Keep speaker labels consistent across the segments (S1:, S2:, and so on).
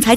S1: 财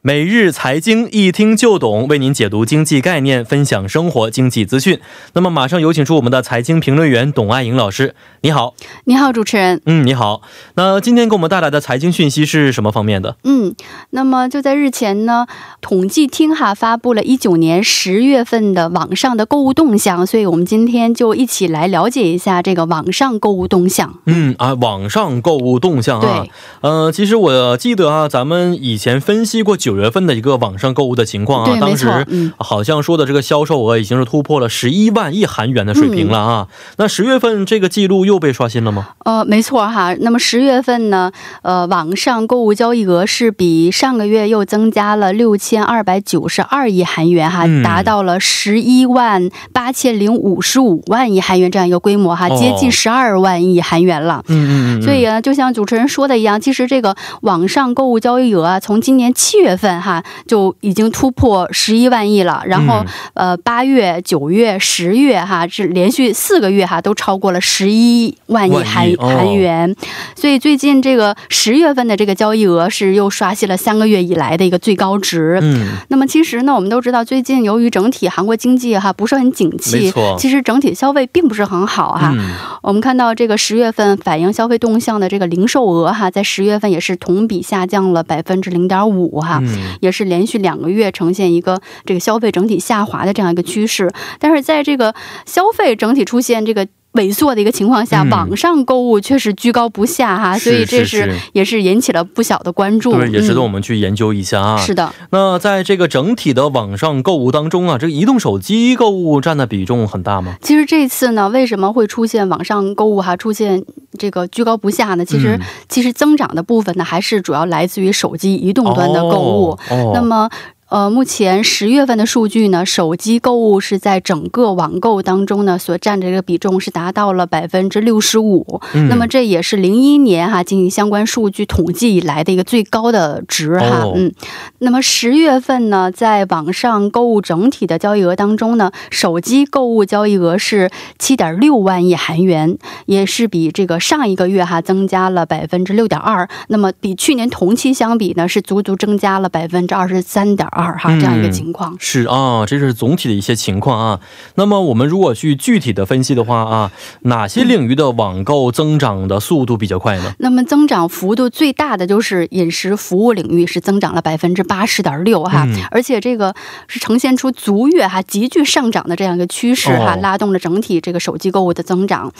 S2: 每日财经一听就懂，为您解读经济概念，分享生活经济资讯。那么，马上有请出我们的财经评论员董爱颖老师，你好。
S3: 你好，主持人。
S2: 嗯，你好。那今天给我们带来的财经讯息是什么方面的？
S3: 嗯，那么就在日前呢，统计厅哈发布了一九年十月份的网上的购物动向，所以我们今天就一起来了解一下这个网上购物动向。
S2: 嗯啊，网上购物动向啊
S3: 对，
S2: 呃，其实我记得啊，咱们以前分析过九月份的一个网上购物的情况啊，
S3: 对，没
S2: 当
S3: 错
S2: 时。
S3: 嗯，
S2: 好像说的这个销售额已经是突破了十一万亿韩元的水平了啊！那十月份这个记录又被刷新了吗？
S3: 呃，没错哈。那么十月份呢，呃，网上购物交易额是比上个月又增加了六千二百九十二亿韩元哈，
S2: 嗯
S3: 达到了十一万八千零五十五万亿韩元这样一个规模哈，
S2: 哦
S3: 接近十二万亿韩元了。
S2: 嗯嗯嗯嗯，
S3: 所以呢，就像主持人说的一样，其实这个网上购物交易额啊，从今年七月份哈就已经突破十一万亿了，然后、
S2: 嗯
S3: 呃八月、九月、十月哈是连续四个月哈都超过了十一万亿
S2: 万亿
S3: 韩
S2: 哦
S3: 韩元，所以最近这个十月份的这个交易额是又刷新了三个月以来的一个最高值。
S2: 嗯，
S3: 那么其实呢，我们都知道，最近由于整体韩国经济哈不是很景
S2: 没
S3: 气
S2: 错，
S3: 其实整体消费并不是很好哈。
S2: 嗯
S3: 我们看到这个十月份反映消费动向的这个零售额哈，在十月份也是同比下降了百分之零点五哈。
S2: 嗯
S3: 也是连续两个月呈现一个这个消费整体下滑的这样一个趋势，但是在这个消费整体出现这个萎缩的一个情况下，
S2: 嗯
S3: 网上购物却是居高不下哈，
S2: 是
S3: 所以这
S2: 是
S3: 是
S2: 是
S3: 也是引起了不小的关注，
S2: 对，也值得我
S3: 嗯
S2: 们去研究一下啊。
S3: 是的，
S2: 那在这个整体的网上购物当中啊，这个移动手机购物占的比重很大吗？
S3: 其实这次呢，为什么会出现网上购物哈、出现这个居高不下呢？其实、
S2: 嗯
S3: 其实增长的部分呢，还是主要来自于手机移动端的购物。
S2: 哦哦、
S3: 那么。呃，目前十月份的数据呢，手机购物是在整个网购当中呢所占的这个比重是达到了百分之六十五，
S2: 嗯
S3: 那么这也是零一年哈、进行相关数据统计以来的一个最高的值哈。
S2: 哦
S3: 嗯，那么十月份呢，在网上购物整体的交易额当中呢，手机购物交易额是七点六万亿韩元，也是比这个上一个月哈增加了百分之六点二，那么比去年同期相比呢，是足足增加了百分之二十三点二哈
S2: 嗯
S3: 这样一个情况。
S2: 是啊，这是总体的一些情况啊。那么我们如果去具体的分析的话啊，哪些
S3: 嗯
S2: 领域的网购增长的速度比较快呢？
S3: 那么增长幅度最大的就是饮食服务领域，是增长了百分之八十点六哈、
S2: 嗯
S3: 而且这个是呈现出逐月哈急剧上涨的这样一个趋势哈、
S2: 哦
S3: 拉动了整体这个手机购物的增长。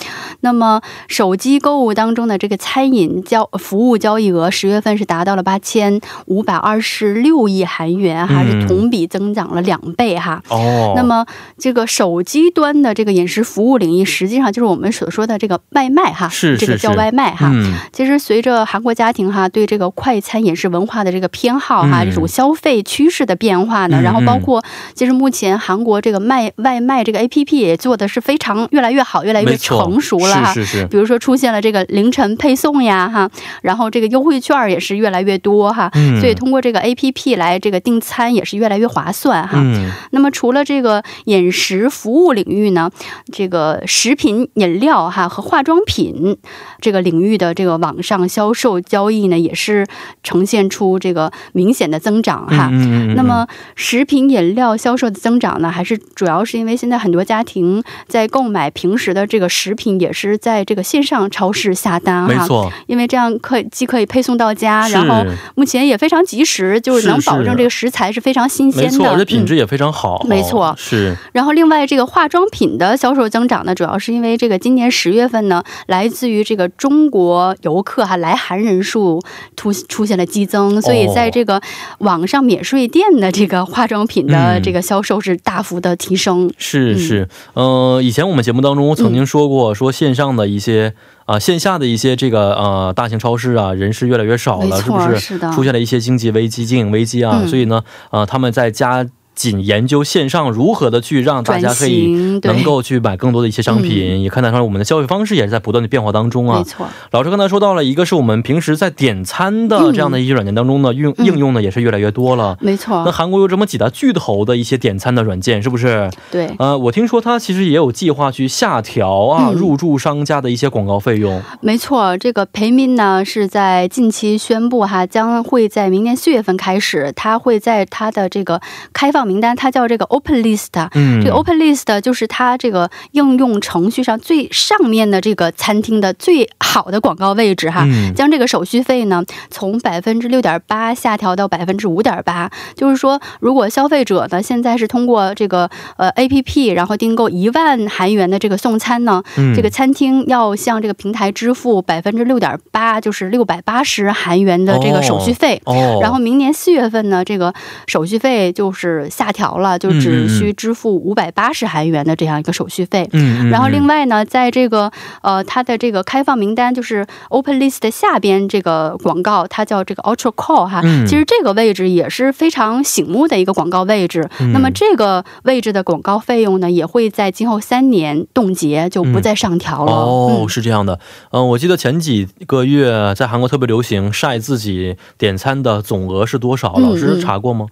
S3: 那么手机购物当中的这个餐饮交服务交易额，十月份是达到了八千五百二十六亿韩元哈、
S2: 嗯
S3: 是同比增长了两倍哈。
S2: 哦，
S3: 那么，这个手机端的这个饮食服务领域，实际上就是我们所说的这个外卖哈，
S2: 是
S3: 这个
S2: 是
S3: 叫
S2: 是
S3: 外卖哈。
S2: 嗯，
S3: 其实随着韩国家庭哈对这个快餐饮食文化的这个偏好
S2: 嗯
S3: 哈，这种消费趋势的变化呢，
S2: 嗯
S3: 然后包括其实目前韩国这个卖外卖这个 A P P 也做的是非常越来越好，越来越
S2: 没错
S3: 成熟了哈。
S2: 是是是，
S3: 比如说出现了这个凌晨配送呀哈，然后这个优惠券儿也是越来越多哈，
S2: 嗯，
S3: 所以通过这个 A P P 来这个订餐也是越来越划算哈。
S2: 嗯
S3: 那么除了这个饮食服务领域呢，这个食品饮料哈和化妆品这个领域的这个网上销售交易呢，也是呈现出这个明显的增长哈。
S2: 嗯嗯嗯嗯
S3: 那么，食品饮料销售的增长呢，还是主要是因为现在很多家庭在购买平时的这个食品，也是在这个线上超市下单
S2: 没
S3: 哈，
S2: 错，
S3: 因为这样可以既可以配送到家，
S2: 是
S3: 然后目前也非常及时，就是能
S2: 是是
S3: 保证这个食材是非常新鲜
S2: 没
S3: 的，
S2: 错，而且品
S3: 嗯
S2: 质也非常好，
S3: 没错
S2: 是
S3: 然后，另外这个化妆品的销售增长呢，主要是因为这个今年十月份呢，来自于这个中国游客哈来韩人数突出现了激增，所以在这个网上免税店的这个化妆品的
S2: 嗯
S3: 这个销售是大幅的提升。
S2: 是
S3: 嗯
S2: 是，呃，以前我们节目当中曾经说过，说线上的一些啊、线下的一些这个呃大型超市啊，人是越来越少
S3: 没
S2: 了，是不
S3: 错，
S2: 是？
S3: 是的，
S2: 出现了一些经济危机、经营危机啊，
S3: 嗯
S2: 所以呢，呃，他们在家。仅研究线上如何的去让大
S3: 转
S2: 家可以
S3: 型对嗯
S2: 能够去买更多的一些商品，也看得出来我们的消费方式也是在不断的变化当中
S3: 没
S2: 啊。
S3: 错，
S2: 老师刚才说到了，一个是我们平时在点餐的
S3: 嗯
S2: 这样的一些软件当中呢，应
S3: 嗯
S2: 应用呢也是越来越多了。
S3: 没
S2: 那
S3: 错，
S2: 韩国有这么几大巨头的一些点餐的软件，是不是？
S3: 对。
S2: 呃，我听说它其实也有计划去下调啊、
S3: 嗯啊
S2: 入驻商家的一些广告费用。
S3: 没错，这个培民呢是在近期宣布哈，将会在明年四月份开始，它会在它的这个开放名单，它叫这个 Open List 啊。
S2: 嗯，
S3: 这个 Open List 就是它这个应用程序上最上面的这个餐厅的最好的广告位置哈，
S2: 嗯
S3: 将这个手续费呢从百分之六点八下调到百分之五点八，就是说，如果消费者呢现在是通过这个呃 A P P 然后订购一万韩元的这个送餐呢，
S2: 嗯
S3: 这个餐厅要向这个平台支付百分之六点八，就是六百八十韩元的这个手续费。
S2: 哦，
S3: 然后明年四月份呢，这个手续费就是下调了，就
S2: 嗯嗯嗯
S3: 只需支付五百八十韩元的这样一个手续费。
S2: 嗯，嗯，
S3: 然后另
S2: 外
S3: 外呢，在这个呃它的这个开放名单就是 Open List 的下边这个广告，它叫这个 Ultra Call 哈、
S2: 嗯
S3: 啊其实这个位置也是非常醒目的一个广告位置。
S2: 嗯
S3: 那么这个位置的广告费用呢，也会在今后三年冻结，就不再上调了。
S2: 嗯哦，
S3: 嗯
S2: 是这样的，嗯、我记得前几个月在韩国特别流行晒自己点餐的总额是多少，
S3: 嗯
S2: 老师
S3: 嗯
S2: 查过吗？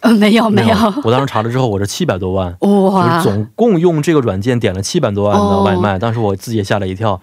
S3: 呃没有没有，
S2: 我当时查了之后，我这七百多万。就是
S3: 哇，
S2: 总共用这个软件点了七百多万的
S3: 哦
S2: 外卖，当时我自己也吓了一跳。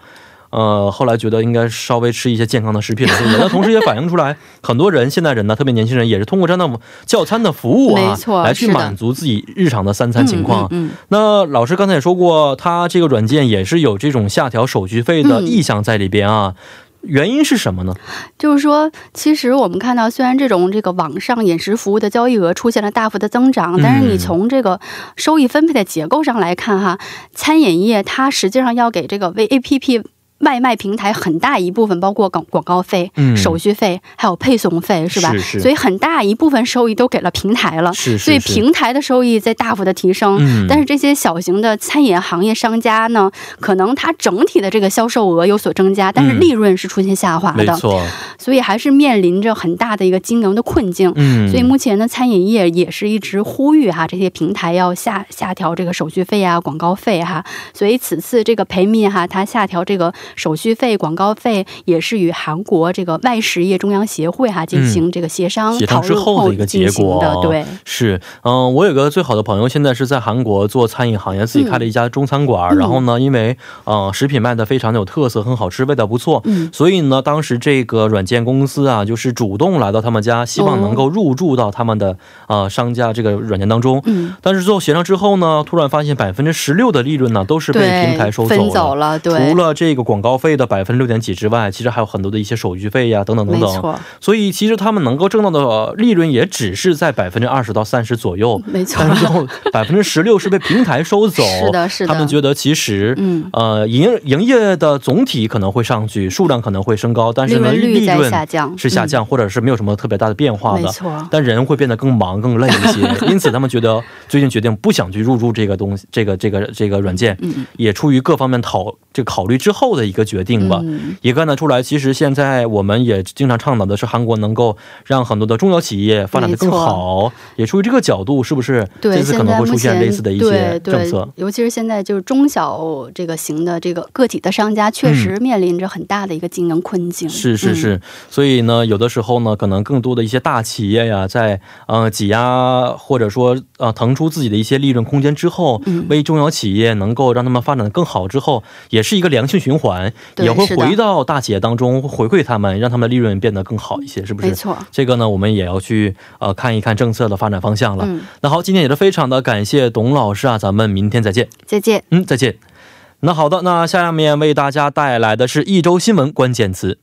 S2: 呃，后来觉得应该稍微吃一些健康的食品了，对不对？但同时也反映出来， 很多人现在人呢，特别年轻人也是通过这样的叫餐的服务啊
S3: 没，错
S2: 来去
S3: 是的
S2: 满足自己日常的三餐情况。
S3: 嗯嗯嗯
S2: 那老师刚才也说过，它这个软件也是有这种下调手续费的
S3: 嗯
S2: 意向在里边啊。原因是什么呢？
S3: 就是说，其实我们看到，虽然这种这个网上饮食服务的交易额出现了大幅的增长
S2: 嗯，
S3: 但是你从这个收益分配的结构上来看，哈，餐饮业它实际上要给这个 V A P P。外卖平台很大一部分包括广广告费、
S2: 嗯
S3: 手续费，还有配送费，是吧？
S2: 是是
S3: 所以很大一部分收益都给了平台了，
S2: 是是
S3: 啊所以
S2: 是
S3: 平台的收益在大幅的提升。
S2: 嗯
S3: 但是这些小型的餐饮行业商家呢，可能它整体的这个销售额有所增加，但是
S2: 嗯
S3: 利润是出现下滑
S2: 没
S3: 的。
S2: 错，
S3: 所以还是面临着很大的一个经营的困境。
S2: 嗯，
S3: 所以目前呢，餐饮业也是一直呼吁哈、这些平台要下下调这个手续费啊、广告费哈、所以此次这个培民哈、它下调这个手续费、广告费，也是与韩国这个外食业中央协会哈、进行这个协商、
S2: 嗯协
S3: 讨
S2: 商之
S3: 论
S2: 后的一个结
S3: 进行
S2: 果
S3: 的
S2: 啊，。
S3: 对，
S2: 是，嗯、我有个最好的朋友，现在是在韩国做餐饮行业，自己开了一家中餐馆。
S3: 嗯
S2: 然后呢，因为呃食品卖的非常的有特色，很好吃，味道不错。
S3: 嗯，
S2: 所以呢，当时这个软件公司啊，就是主动来到他们家，希望能
S3: 哦
S2: 够入驻到他们的、呃商家这个软件当中。
S3: 嗯，
S2: 但是最后协商之后呢，突然发现百分之十六的利润呢都是被
S3: 对，
S2: 平台收走
S3: 分
S2: 了。
S3: 走了，对
S2: 除，了这个广告费的百分之六点几之外，其实还有很多的一些手续费呀、等等等
S3: 没
S2: 等。
S3: 错，
S2: 所以其实他们能够挣到的呃利润也只是在百分之二十到三十左右，
S3: 没错，
S2: 但是最后百分之十六是被平台收走。
S3: 是的，是的，
S2: 他们觉得其实，
S3: 嗯
S2: 呃，营营业的总体可能会上去，数量可能会升高，但
S3: 利
S2: 是呢，
S3: 润率
S2: 利
S3: 在
S2: 润
S3: 下降，
S2: 是下降，或者是没有什么特别大的变
S3: 嗯，
S2: 化
S3: 没
S2: 的。
S3: 错，
S2: 但人会变得更忙更累一些，因此他们觉得最近决定不想去入驻这个东西，这个这个这个软件，
S3: 嗯
S2: 也出于各方面讨这个考虑之后的一个决定吧。
S3: 嗯。
S2: 也看得出来，其实现在我们也经常倡导的是，韩国能够让很多的中小企业发展的更好，也出于这个角度，是不是？
S3: 对，
S2: 这次可能会出现类似的一
S3: 现在
S2: 些
S3: 目前对
S2: 政策
S3: 对。，尤其是现在就是中小这个型的这个个体的商家，确实面临着很大的一个经营困境。
S2: 嗯是是
S3: 嗯，
S2: 是，所以呢，有的时候呢，可能更多的一些大企业呀，在呃挤压或者说呃腾出自己的一些利润空间之后，
S3: 嗯
S2: 为中小企业能够让他们发展的更好之后，也是一个良性循环，
S3: 对
S2: 也会
S3: 是的
S2: 回到大企业当中回馈他们，让他们的利润变得更好一些，是不是
S3: 没？错。
S2: 这个呢，我们也要去呃看一看政策的发展方向了。
S3: 嗯，
S2: 那好，今天也是非常的感谢董老师啊，咱们明天再见。
S3: 再见。
S2: 嗯，再见。那好的，那下面为大家带来的是一周新闻关键词。